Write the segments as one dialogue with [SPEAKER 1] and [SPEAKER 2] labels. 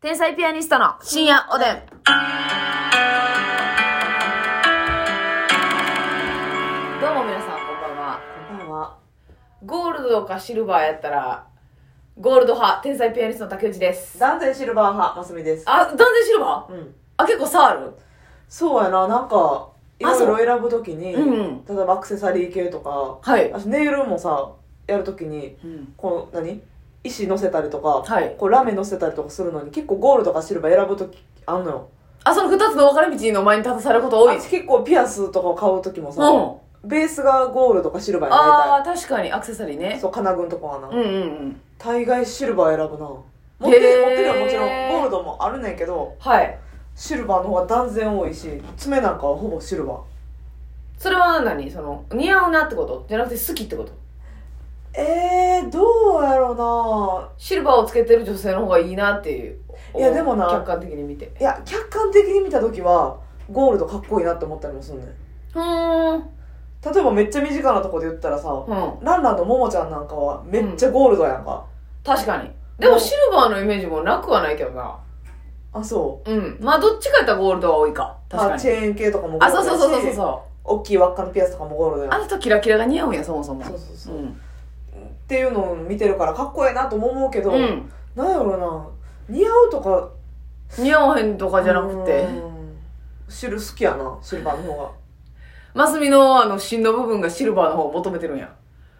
[SPEAKER 1] 天才ピアニストの深夜おでん。どうも皆さん、こんばんは。
[SPEAKER 2] こんばんは。
[SPEAKER 1] ゴールドかシルバーやったら、ゴールド派、天才ピアニストの竹内です。
[SPEAKER 2] 断然シルバー派、マスミです。
[SPEAKER 1] あ、断然シルバー
[SPEAKER 2] うん。
[SPEAKER 1] あ、結構差ある
[SPEAKER 2] そうやな、なんか、い
[SPEAKER 1] あそう
[SPEAKER 2] ろいろ選ぶときに、
[SPEAKER 1] うん
[SPEAKER 2] 例えばアクセサリー系とか、
[SPEAKER 1] はい。
[SPEAKER 2] あネイルもさ、やるときに、こう、何石乗せたりとか、
[SPEAKER 1] はい
[SPEAKER 2] こうラメ乗せたりとかするのに、結構ゴールとかシルバー選ぶときあんのよ。
[SPEAKER 1] あ、その二つの分かれ道の前に立たされること多い。
[SPEAKER 2] 私結構ピアスとかを買うときもさ、
[SPEAKER 1] う
[SPEAKER 2] ベースがゴールとかシルバー
[SPEAKER 1] ん。
[SPEAKER 2] になり
[SPEAKER 1] ああ、確かに、アクセサリー
[SPEAKER 2] たい。
[SPEAKER 1] ね。
[SPEAKER 2] そう、金具のとこはな。
[SPEAKER 1] うんうんうん。
[SPEAKER 2] 大概シルバー選ぶな。持って
[SPEAKER 1] へー
[SPEAKER 2] る、持ってるはもちろん、ゴールドもあるねんけど、
[SPEAKER 1] はい。
[SPEAKER 2] シルバーの方が断然多いし、爪なんかはほぼシルバー。
[SPEAKER 1] それは何その、似合うなってことじゃなくて好きってこと
[SPEAKER 2] えー、どうやろ
[SPEAKER 1] シルバーをつけてる女性の方がいいなっていう。
[SPEAKER 2] いやでもな
[SPEAKER 1] 客観的に見て。
[SPEAKER 2] うないや客観的に見た時はゴールドかっこいいなって思ったりもすんねん
[SPEAKER 1] うーん。
[SPEAKER 2] 例えばめっちゃ身近なとこで言ったらさ、
[SPEAKER 1] うん。
[SPEAKER 2] ランランのももちゃんなんかはめっちゃゴールドやんか、
[SPEAKER 1] 確かに。で
[SPEAKER 2] う
[SPEAKER 1] も
[SPEAKER 2] ん
[SPEAKER 1] シルバーのイメージもなくはないけどな。
[SPEAKER 2] あそう
[SPEAKER 1] うん。まあどっちかやったらゴールドは多いか。確
[SPEAKER 2] ま
[SPEAKER 1] か
[SPEAKER 2] あ
[SPEAKER 1] に
[SPEAKER 2] チ。ェーン系とかもゴー
[SPEAKER 1] あ、
[SPEAKER 2] ル
[SPEAKER 1] そう
[SPEAKER 2] ドやし
[SPEAKER 1] そうそうそうそ
[SPEAKER 2] 大きい輪っかのピアスとかもゴールド
[SPEAKER 1] う。
[SPEAKER 2] やん
[SPEAKER 1] あの人キラキラが似合うんや、そもそも。
[SPEAKER 2] そうそうそう、
[SPEAKER 1] うん。
[SPEAKER 2] っていうのを見てるからかっこええなとも思うけど、
[SPEAKER 1] うん。
[SPEAKER 2] なんやろな似合うとか
[SPEAKER 1] 似合わへんとかじゃなくて
[SPEAKER 2] う。んシル好きやなシルバーの方
[SPEAKER 1] マスミのあの芯の部分がシルバーの方を求めてるんや。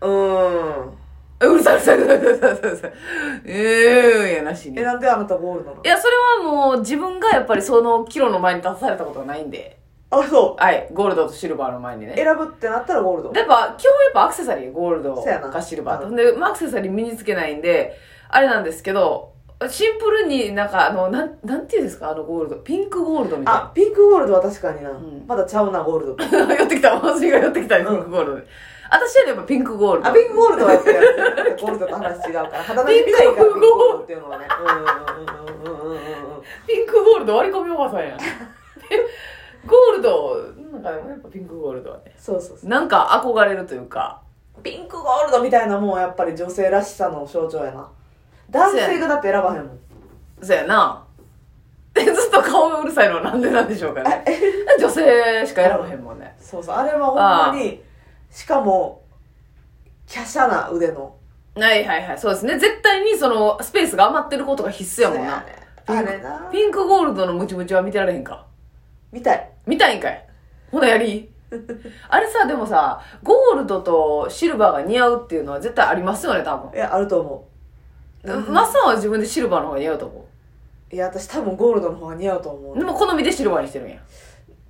[SPEAKER 2] がうん
[SPEAKER 1] えうるさいうるさいうるさいうるさい。ええー、やなしに。
[SPEAKER 2] え
[SPEAKER 1] い
[SPEAKER 2] なんであなたゴールドなの
[SPEAKER 1] や、それはもう自分がやっぱりそのキロの前に立たされたことがないんで。
[SPEAKER 2] あそう
[SPEAKER 1] はい、ゴールドとシルバーの前にね。
[SPEAKER 2] 選ぶってなったらゴールド
[SPEAKER 1] やっぱ、基本やっぱアクセサリー、ゴールド
[SPEAKER 2] そうやな
[SPEAKER 1] かシルバー
[SPEAKER 2] う
[SPEAKER 1] と。で、まあアクセサリー身につけないんで、あれなんですけど、シンプルになんか、あの、なん、なんていうんですか、あのゴールド。ピンクゴールドみた
[SPEAKER 2] あピンクゴールドは確かにな、
[SPEAKER 1] ん
[SPEAKER 2] まだちゃうなゴールド
[SPEAKER 1] い な。寄ってきた、私が寄ってきた、ピンクゴールドで。私はやっぱピンクゴールド。
[SPEAKER 2] あピンクゴールドはやってるゴールドと話違うから肌並み見ないからピンクゴールドっていうのはねうんうんうんうんうんうんうんうん
[SPEAKER 1] ピンクゴールド割り込みおばさんやん。 でゴールド、なんかでもやっぱピンクゴールドはね。
[SPEAKER 2] そうそうそ
[SPEAKER 1] なんか憧れるというか、
[SPEAKER 2] うピンクゴールドみたいなもんやっぱり女性らしさの象徴やな男性がだって選ばへんもん
[SPEAKER 1] そうやな。 で、ずっと顔がうるさいのはなんでなんでしょうかね。女性しか選ばへんもんね。
[SPEAKER 2] そうそうあれはほんまにしかも華奢な腕の
[SPEAKER 1] はいはいはい、そうですね。絶対にそのスペースが余ってることが必須やもんな。
[SPEAKER 2] そうやねあれな
[SPEAKER 1] ピンクゴールドのムチムチは見てられへんか。
[SPEAKER 2] みたい
[SPEAKER 1] 見たいんかい。ほなやり。 あれさ、でもさ、ゴールドとシルバーが似合うっていうのは絶対ありますよね、多
[SPEAKER 2] いやあると思
[SPEAKER 1] 分。マッサンは自分でシルバーの方が似合うと思
[SPEAKER 2] ういや私多分ゴールドの方が似合うと思う
[SPEAKER 1] う。でも好みでシルバーにしてるんや。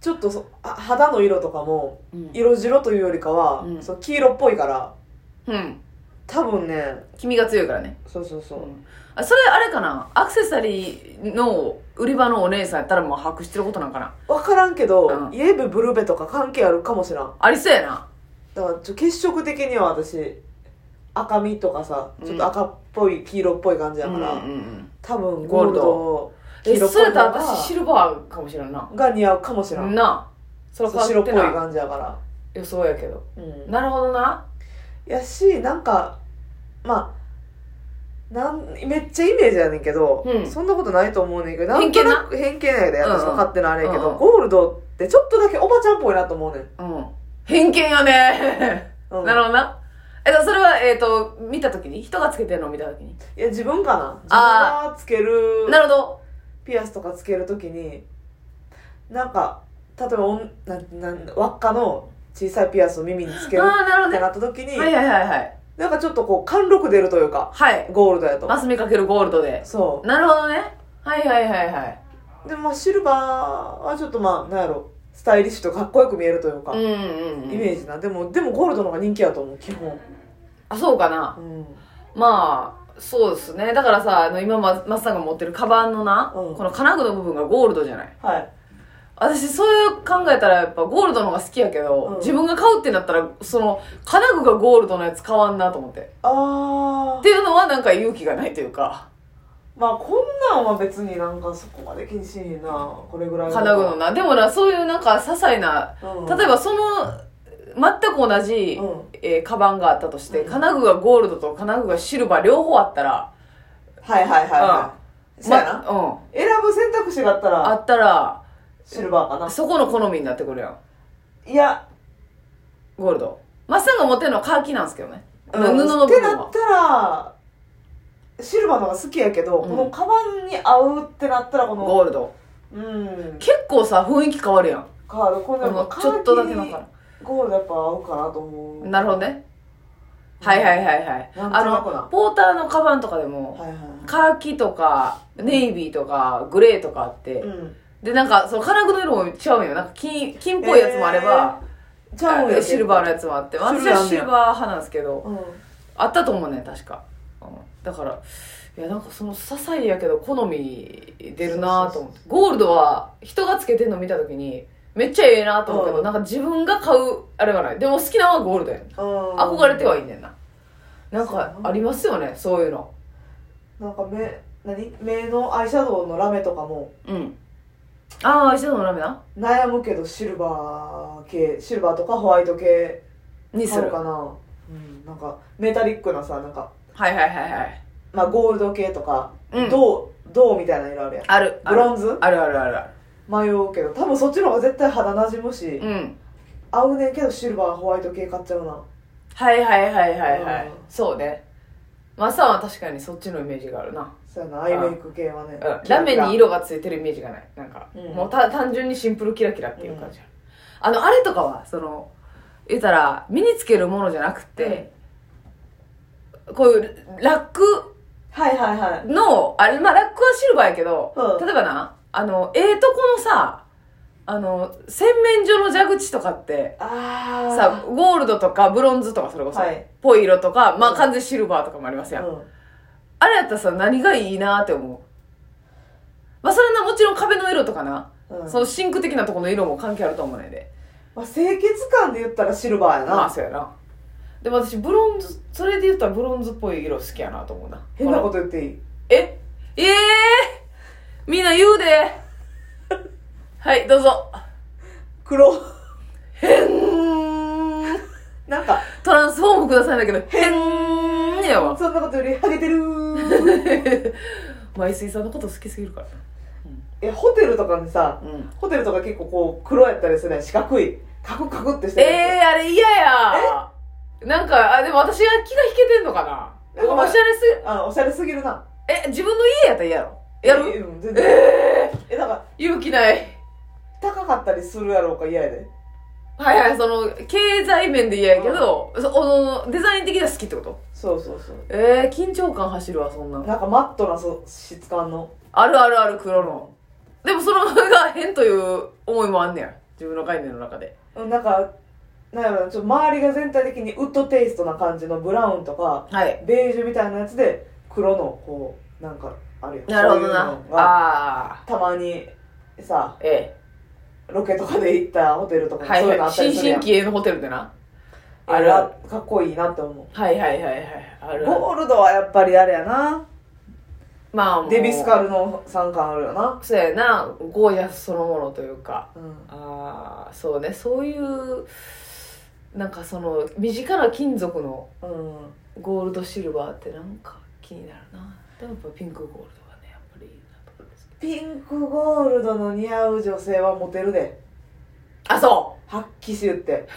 [SPEAKER 2] ちょっとそあ肌の色とかも
[SPEAKER 1] うん
[SPEAKER 2] 色白というよりかは、
[SPEAKER 1] うん
[SPEAKER 2] そう黄色っぽいから
[SPEAKER 1] うん。
[SPEAKER 2] 多分ね
[SPEAKER 1] 君が強いからね。
[SPEAKER 2] そうそうそう、
[SPEAKER 1] あそれあれかなアクセサリーの売り場のお姉さんやったらもう把握してることなんかな
[SPEAKER 2] 分からんけど、
[SPEAKER 1] うん
[SPEAKER 2] イエベブルベとか関係あるかもしらん
[SPEAKER 1] ありそうやな。
[SPEAKER 2] だからちょ血色的には私赤みとかさちょっと赤っぽい黄色っぽい感じやから、
[SPEAKER 1] うんうんうん
[SPEAKER 2] 多分ゴールド
[SPEAKER 1] え、
[SPEAKER 2] 黄色っ
[SPEAKER 1] そ
[SPEAKER 2] ぽい
[SPEAKER 1] れや
[SPEAKER 2] 方
[SPEAKER 1] ったら私シ
[SPEAKER 2] が
[SPEAKER 1] ルバーかもしれんな。
[SPEAKER 2] が似合うかもしらん、
[SPEAKER 1] なあ。それ
[SPEAKER 2] そう
[SPEAKER 1] 変
[SPEAKER 2] 白
[SPEAKER 1] わ
[SPEAKER 2] っ
[SPEAKER 1] っ
[SPEAKER 2] ぽ
[SPEAKER 1] て
[SPEAKER 2] い
[SPEAKER 1] な
[SPEAKER 2] 感じやから、
[SPEAKER 1] 予想やけど。
[SPEAKER 2] うん、
[SPEAKER 1] なるほどな。
[SPEAKER 2] やしなんかまあなんめっちゃイメージやねんけど、
[SPEAKER 1] うん
[SPEAKER 2] そんなことないと思うねんけど
[SPEAKER 1] 偏見な
[SPEAKER 2] なんとなく偏見やで
[SPEAKER 1] うんうん
[SPEAKER 2] 私の勝手なあれやけど、
[SPEAKER 1] うんうん
[SPEAKER 2] ゴールドってちょっとだけおばちゃんっぽいなと思うねん、
[SPEAKER 1] うん。偏見よね。
[SPEAKER 2] うん、
[SPEAKER 1] なるほどな。えっと、それは、えっと、見たときに人がつけてるのを見たときに。
[SPEAKER 2] いや自分かな自分
[SPEAKER 1] あ
[SPEAKER 2] がつける
[SPEAKER 1] なるほど。
[SPEAKER 2] ピアスとかつけるときになんか例えばおんななん輪っかの小さいピアスを耳につける
[SPEAKER 1] ああ、なるほど
[SPEAKER 2] って
[SPEAKER 1] ね。
[SPEAKER 2] なったときに、
[SPEAKER 1] はいはいはいはい。
[SPEAKER 2] なんかちょっとこう貫禄出るというか
[SPEAKER 1] はい。
[SPEAKER 2] ゴールドやと
[SPEAKER 1] マスミかけるゴールドで。
[SPEAKER 2] そう
[SPEAKER 1] なるほどね。はいはいはいはい。
[SPEAKER 2] でもまあシルバーはちょっとまあなんやろスタイリッシュとかっこよく見えるというか、
[SPEAKER 1] うんうんうん。
[SPEAKER 2] イメージなでもでもゴールドの方が人気やと思う基本
[SPEAKER 1] あ、そうかな。
[SPEAKER 2] うん
[SPEAKER 1] まあ、そうですね。だからさ、あの、今、まマスさんが持ってるカバンのな、
[SPEAKER 2] うん
[SPEAKER 1] この金具の部分がゴールドじゃない。
[SPEAKER 2] はい
[SPEAKER 1] 私そういう考えたらやっぱゴールドの方が好きやけど、
[SPEAKER 2] うん
[SPEAKER 1] 自分が買うってなったらその金具がゴールドのやつ買わんなと思ってっ
[SPEAKER 2] あー
[SPEAKER 1] ていうのはなんか勇気がないというか
[SPEAKER 2] まあこんなんは別になんかそこまで気にしへんなこれぐらい
[SPEAKER 1] 金具のなでもなそういうなんか些細な
[SPEAKER 2] うん、
[SPEAKER 1] 例えばその全く同じ、
[SPEAKER 2] うん
[SPEAKER 1] えーカバンがあったとして、
[SPEAKER 2] うん
[SPEAKER 1] 金具がゴールドと金具がシルバー両方あったら、
[SPEAKER 2] はいはいはいはそうやな。
[SPEAKER 1] まうん。
[SPEAKER 2] 選ぶ選択肢があった
[SPEAKER 1] あ
[SPEAKER 2] ら、
[SPEAKER 1] ったら、
[SPEAKER 2] シルバーかな。
[SPEAKER 1] そこの好みになってくるやん。
[SPEAKER 2] いや、
[SPEAKER 1] ゴールド。マッサンが持ってるのはカーキなんですけどね。
[SPEAKER 2] うん
[SPEAKER 1] 布の
[SPEAKER 2] っ
[SPEAKER 1] 部
[SPEAKER 2] て
[SPEAKER 1] 分
[SPEAKER 2] な
[SPEAKER 1] は
[SPEAKER 2] っ。たら、シルバーの方が好きやけど、
[SPEAKER 1] うん
[SPEAKER 2] このカバンに合うってなったら、この、
[SPEAKER 1] ゴールド。
[SPEAKER 2] うん、
[SPEAKER 1] 結構さ、雰囲気変わるやん。
[SPEAKER 2] カード、こ
[SPEAKER 1] この
[SPEAKER 2] の、
[SPEAKER 1] ちょっとだけだか
[SPEAKER 2] ゴールドやっぱ合うかなと思う。
[SPEAKER 1] ら。なるほどね。はいはいはいはい。
[SPEAKER 2] なん
[SPEAKER 1] あ
[SPEAKER 2] となくな
[SPEAKER 1] の、ポーターのカバンとかでも、
[SPEAKER 2] はいは
[SPEAKER 1] カーキとか、ネイビーとか、グレーとかあって、
[SPEAKER 2] い。うん。
[SPEAKER 1] で、なんか、その金具の色も違うんよ。なんか金、金っぽいやつもあれば、
[SPEAKER 2] じゃあ、
[SPEAKER 1] シルバーのやつもあって、私はシルバー派なんですけど、
[SPEAKER 2] うん。
[SPEAKER 1] あったと思うねん確か、うん、だからいやなんかその些細やけど好み出るなと思ってゴールドは人がつけてんの見た時にめっちゃええなと思うけど、
[SPEAKER 2] うん
[SPEAKER 1] なんか自分が買うあれがないでも好きなのはゴールドやねん
[SPEAKER 2] うん
[SPEAKER 1] 憧れてはいいねんななん
[SPEAKER 2] そうや
[SPEAKER 1] か
[SPEAKER 2] な
[SPEAKER 1] ありますよねそういうの
[SPEAKER 2] なんか目何目のアイシャドウのラメとかも
[SPEAKER 1] うんああアイシャドウのラメな
[SPEAKER 2] 悩むけどシルバー系シルバーとかホワイト系
[SPEAKER 1] にす
[SPEAKER 2] 買う
[SPEAKER 1] る
[SPEAKER 2] かなうんなんかメタリックなさなんか、
[SPEAKER 1] はいはいはいはい
[SPEAKER 2] まあ、ゴールド系とか、
[SPEAKER 1] うん
[SPEAKER 2] 銅銅みたいな色あるやん
[SPEAKER 1] あるあ
[SPEAKER 2] ブ
[SPEAKER 1] る
[SPEAKER 2] ロンズ
[SPEAKER 1] あるあるあるあ
[SPEAKER 2] 迷うけど多分そっちの方が絶対肌なじむし、
[SPEAKER 1] るうん
[SPEAKER 2] 合うねんけどシルバーホワイト系買っちゃうな
[SPEAKER 1] はいはいはいはいはい、
[SPEAKER 2] うん
[SPEAKER 1] そうねマサは確かにそっちのイメージがあるな
[SPEAKER 2] そうやなアイメイク系はね
[SPEAKER 1] うんラメに色がついてるイメージがないなんか、
[SPEAKER 2] うん
[SPEAKER 1] もうた単純にシンプルキラキラっていう感じ、あのあれとかはその言ったら身につけるものじゃなくて、こういうラック
[SPEAKER 2] はいはいはい
[SPEAKER 1] のあれまあラックはシルバーやけど、
[SPEAKER 2] うん
[SPEAKER 1] 例えばなあのええとこのさあの洗面所の蛇口とかって
[SPEAKER 2] ああ
[SPEAKER 1] さゴールドとかブロンズとかそれこそ、
[SPEAKER 2] はい
[SPEAKER 1] ぽい色とかまあ完全にシルバーとかもありますやん
[SPEAKER 2] うん
[SPEAKER 1] あれやったらさ、何がいいなって思う。まあ、それな、もちろん壁の色とかな、
[SPEAKER 2] うん
[SPEAKER 1] そのシンク的なところの色も関係あると思うねんで。
[SPEAKER 2] まあ、清潔感で言ったらシルバーやな、
[SPEAKER 1] まあ、そうやな。でも私、ブロンズ、それで言ったらブロンズっぽい色好きやなと思うな。
[SPEAKER 2] 変なこ
[SPEAKER 1] の
[SPEAKER 2] と言っていい
[SPEAKER 1] えええみんな言うではい、どうぞ。
[SPEAKER 2] 黒
[SPEAKER 1] へん
[SPEAKER 2] なんか
[SPEAKER 1] トランスフォームくださいんだけど、へんやわ。
[SPEAKER 2] そんなことよりハゲてるー
[SPEAKER 1] まあ、イスイさんのこと好きすぎるから
[SPEAKER 2] えホテルとかにさ
[SPEAKER 1] な。うん。
[SPEAKER 2] ホテルとか結構こう黒やったりするやん四角いカクカクってしてるや
[SPEAKER 1] ええー、あれ嫌やなんか、あ、でも私が気が引けてんのかな
[SPEAKER 2] えごめん
[SPEAKER 1] おしゃれす
[SPEAKER 2] つあおしゃれすぎるな
[SPEAKER 1] え、自分の家やったら嫌やろやる
[SPEAKER 2] えうん全然
[SPEAKER 1] えー、
[SPEAKER 2] えなんか
[SPEAKER 1] 勇気ない。
[SPEAKER 2] 高かったりするやろうか嫌やで
[SPEAKER 1] はいはい、その、経済面で嫌やけど、そおのデザイン的には好きってこと
[SPEAKER 2] そうそうそう
[SPEAKER 1] えー、緊張感走るわ、そんなん。
[SPEAKER 2] なんかマットなそ質感の
[SPEAKER 1] あるあるある、黒の。でもそのが変という思いもあんねや。自分の概念の中で。
[SPEAKER 2] うんなんかなんやろなちょっと周りが全体的にウッドテイストな感じのブラウンとか
[SPEAKER 1] はい。
[SPEAKER 2] ベージュみたいなやつで黒のこうなんかあるよ
[SPEAKER 1] なるほど
[SPEAKER 2] そう
[SPEAKER 1] な
[SPEAKER 2] いう。のが
[SPEAKER 1] ああ
[SPEAKER 2] たまにさ
[SPEAKER 1] ー。え
[SPEAKER 2] ロケとかで行ったホテルと
[SPEAKER 1] え。
[SPEAKER 2] かに
[SPEAKER 1] は
[SPEAKER 2] そういう
[SPEAKER 1] いはい。
[SPEAKER 2] のあったり
[SPEAKER 1] 新
[SPEAKER 2] するや
[SPEAKER 1] 進
[SPEAKER 2] ん、
[SPEAKER 1] 気鋭のホテルでな。
[SPEAKER 2] あ
[SPEAKER 1] あ
[SPEAKER 2] れ
[SPEAKER 1] るある
[SPEAKER 2] はかっこいいなって思う
[SPEAKER 1] はいはいはいはい。あるある。
[SPEAKER 2] ゴールドはやっぱりあれやな
[SPEAKER 1] まあもう
[SPEAKER 2] デビスカルの三冠あるよな
[SPEAKER 1] そうやなゴージャスそのものというか
[SPEAKER 2] うん
[SPEAKER 1] ああそうねそういうなんかその身近な金属の
[SPEAKER 2] うん
[SPEAKER 1] ゴールドシルバーってなんか気になるなでもやっぱピンクゴールドがねやっぱりいいなと思うんですけ
[SPEAKER 2] ピンクゴールドの似合う女性はモテるで
[SPEAKER 1] どあそ
[SPEAKER 2] 発揮しゅって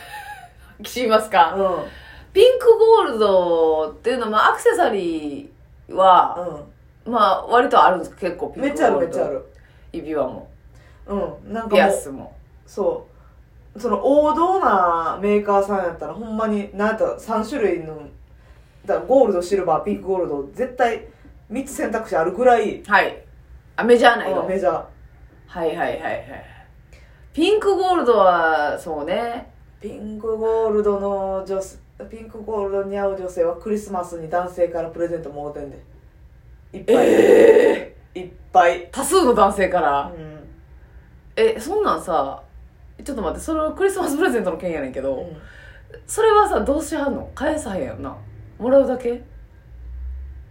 [SPEAKER 1] うきします
[SPEAKER 2] う
[SPEAKER 1] か
[SPEAKER 2] んうん
[SPEAKER 1] ピンクゴールドっていうのは、まあ、アクセサリーは、まあ割とあるんですか結構ピン
[SPEAKER 2] め
[SPEAKER 1] クゴ
[SPEAKER 2] っちゃあ
[SPEAKER 1] ー
[SPEAKER 2] るめ
[SPEAKER 1] ル
[SPEAKER 2] っ
[SPEAKER 1] ド
[SPEAKER 2] ちゃある
[SPEAKER 1] 指輪も
[SPEAKER 2] うんなん
[SPEAKER 1] ピ
[SPEAKER 2] か
[SPEAKER 1] ア
[SPEAKER 2] もう
[SPEAKER 1] スも
[SPEAKER 2] そうその王道なメーカーさんやったらほんまになんやったら3種類のだからゴールドシルバーピンクゴールド絶対3つ選択肢あるぐらい
[SPEAKER 1] はいあメジャーな色
[SPEAKER 2] うんメジャー
[SPEAKER 1] はいはいはいはい。ピンクゴールドは、そうね。
[SPEAKER 2] ピンクゴールドの女性ピンクゴールドに合う女性はクリスマスに男性からプレゼントもろてんでいっぱい、
[SPEAKER 1] え
[SPEAKER 2] いっぱい、
[SPEAKER 1] 多数の男性か
[SPEAKER 2] う
[SPEAKER 1] ら。
[SPEAKER 2] ん
[SPEAKER 1] え、そんなんさ、ちょっと待って、それはクリスマスプレゼントの件やねんけ
[SPEAKER 2] う
[SPEAKER 1] ど、
[SPEAKER 2] ん
[SPEAKER 1] それはさ、どうしはんの返さへんやんな。もらうだけ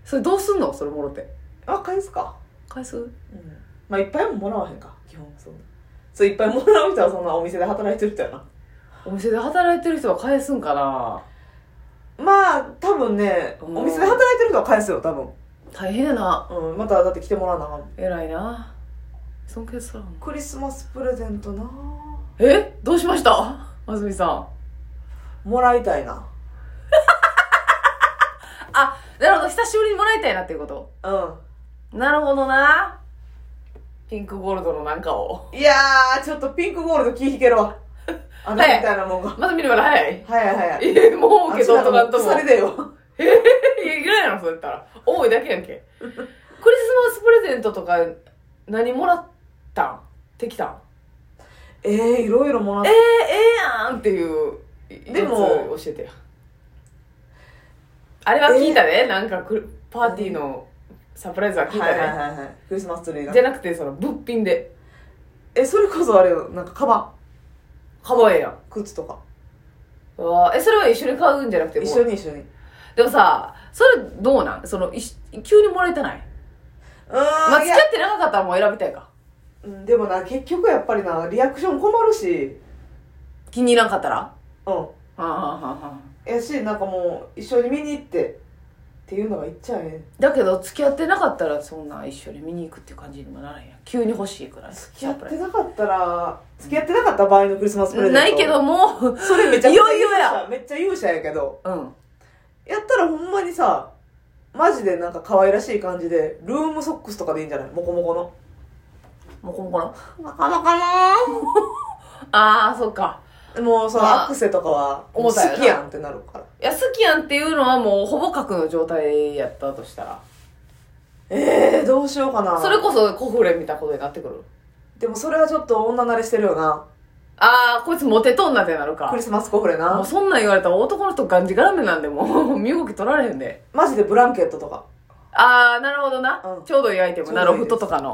[SPEAKER 1] それどうすんのそれもろて。
[SPEAKER 2] あ返すか、
[SPEAKER 1] 返す
[SPEAKER 2] うん、まあいっぱいももらわへんか基本そんなそういっぱいもらう人はそんなお店で働いてる人やな
[SPEAKER 1] お店で働いてる人は返すんかな
[SPEAKER 2] まあ多分ね
[SPEAKER 1] うん
[SPEAKER 2] お店で働いてる人は返すよ多分
[SPEAKER 1] 大変やな
[SPEAKER 2] うん、まただって来てもらわなあかん
[SPEAKER 1] 偉いな尊敬するわ
[SPEAKER 2] クリスマスプレゼントな
[SPEAKER 1] えどうしましたあずみさん
[SPEAKER 2] もらいたいな
[SPEAKER 1] あなるほど久しぶりにもらいたいなっていうこと
[SPEAKER 2] う
[SPEAKER 1] なるほどなピンクゴールドのなんかを
[SPEAKER 2] んいやーちょっとピンクゴールド気引ける わあんたみたいなもんが
[SPEAKER 1] まず見ればはい
[SPEAKER 2] はいはいはい
[SPEAKER 1] えもう
[SPEAKER 2] あ
[SPEAKER 1] 受け取っとかんとも
[SPEAKER 2] 腐れだよ
[SPEAKER 1] いやいらんやろそれやったら多いだけやんけク リスマスプレゼントとか何もらったんできたん
[SPEAKER 2] えー、いろいろ もらっ
[SPEAKER 1] えー、
[SPEAKER 2] て
[SPEAKER 1] ええやんっていう
[SPEAKER 2] でも
[SPEAKER 1] やつ教えてやあれは聞いたね、なんかくパーティーのサプライズは聞いた
[SPEAKER 2] は
[SPEAKER 1] ね、
[SPEAKER 2] いはいはいはいクリスマスツリーが
[SPEAKER 1] じゃなくてその物品で
[SPEAKER 2] えそれこそあれよなんかカバ
[SPEAKER 1] かわいいやん
[SPEAKER 2] ン靴とか
[SPEAKER 1] うわーえそれは一緒に買うんじゃなくてもう
[SPEAKER 2] 一緒に一緒にう
[SPEAKER 1] でもさそれどうなんそのいし急にもらえてない、
[SPEAKER 2] ーん、
[SPEAKER 1] まあ、付
[SPEAKER 2] い
[SPEAKER 1] き
[SPEAKER 2] や
[SPEAKER 1] 合って長かったらもう選びたいか
[SPEAKER 2] うんでもな結局やっぱりなリアクション困るし
[SPEAKER 1] 気に入らんかったら
[SPEAKER 2] うん
[SPEAKER 1] はあはあはあはあ
[SPEAKER 2] やしなんかもう一緒に見に行ってっていうのがいっちゃえ
[SPEAKER 1] だけど付き合ってなかったらそんな一緒に見に行くっていう感じにもならへんやん急に欲しいくらい
[SPEAKER 2] 付き合ってなかったら付き合ってなかった場合のクリスマスプレゼント
[SPEAKER 1] ないけどもう
[SPEAKER 2] それめちゃくちゃ
[SPEAKER 1] いよいよ
[SPEAKER 2] 勇
[SPEAKER 1] や
[SPEAKER 2] 者めっちゃ勇者やけど
[SPEAKER 1] うん
[SPEAKER 2] やったらほんまにさマジでなんか可愛らしい感じでルームソックスとかでいいんじゃないモコモコの
[SPEAKER 1] もこもこの
[SPEAKER 2] なかなかな
[SPEAKER 1] ああそっか
[SPEAKER 2] もうそ
[SPEAKER 1] まあ
[SPEAKER 2] のアクセとかは
[SPEAKER 1] 重
[SPEAKER 2] 好
[SPEAKER 1] たいよな
[SPEAKER 2] きやんってなるから
[SPEAKER 1] いや好きやんっていうのはもうほぼ格の状態やったとしたら
[SPEAKER 2] えー、どうしようかな
[SPEAKER 1] それこそコフレみたいなことになってくる
[SPEAKER 2] でもそれはちょっと女慣れしてるよな
[SPEAKER 1] ああこいつモテとんなってなるか
[SPEAKER 2] クリスマスコフレ
[SPEAKER 1] もう
[SPEAKER 2] な
[SPEAKER 1] そんなん言われたら男の人がんじがらめなんでもう身動き取られへんで
[SPEAKER 2] マジでブランケットとか
[SPEAKER 1] ああなるほどな、
[SPEAKER 2] うん
[SPEAKER 1] ちょうどいいアイテムな
[SPEAKER 2] ちょ
[SPEAKER 1] ロ
[SPEAKER 2] うどいい
[SPEAKER 1] フ
[SPEAKER 2] です
[SPEAKER 1] トとかの